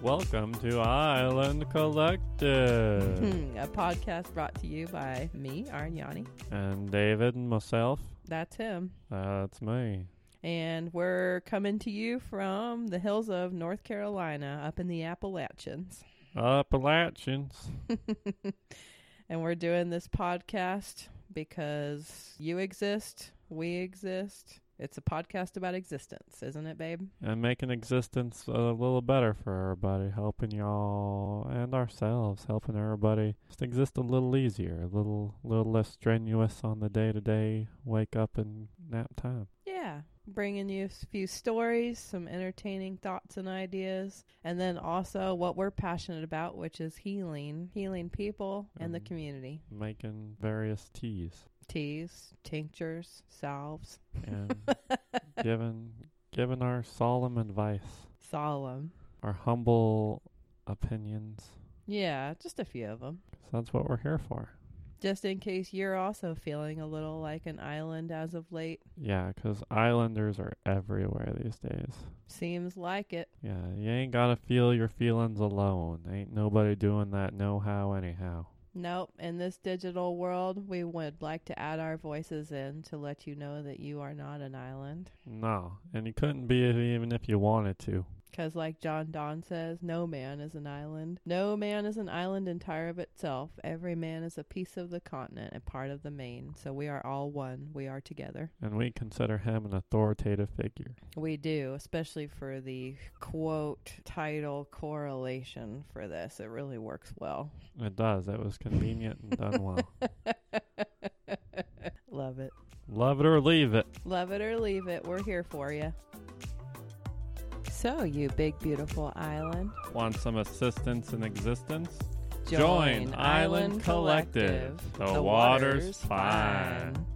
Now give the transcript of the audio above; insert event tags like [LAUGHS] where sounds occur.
Welcome to Island Collective Hmm, a podcast brought to you by me, Arnyani. and David and myself. That's him. That's me. And we're coming to you from the hills of North Carolina up in the Appalachians. Appalachians. And we're doing this podcast because you exist, we exist. It's a podcast about existence, isn't it, babe? And making existence a little better for everybody, helping y'all and ourselves, helping everybody just exist a little easier, a little little less strenuous on the day to day wake up and nap time. Yeah. Bringing you a few stories, some entertaining thoughts and ideas, and then also what we're passionate about, which is healing, healing people and the Um, community. Making various teas teas, tinctures, salves, and giving giving our solemn advice. solemn. our humble opinions. Yeah, just a few of them. 'cause that's what we're here for. Just in case you're also feeling a little like an island as of late. Yeah, 'cause islanders are everywhere these days. Seems like it. Yeah, you ain't got to feel your feelings alone. Ain't nobody doing that no how, anyhow. Nope. In this digital world, we would like to add our voices in to let you know that you are not an island. No, and you couldn't be if- even if you wanted to. Because, like John Donne says, no man is an island. No man is an island entire of itself. Every man is a piece of the continent and part of the main. So we are all one. We are together. And we consider him an authoritative figure. We do, especially for the quote title correlation for this. It really works well. It does. It was convenient and done well. [LAUGHS] Love it. Love it or leave it. Love it or leave it. We're here for you. So, you big, beautiful island, Want some assistance in existence? join, Island Collective. The water's fine.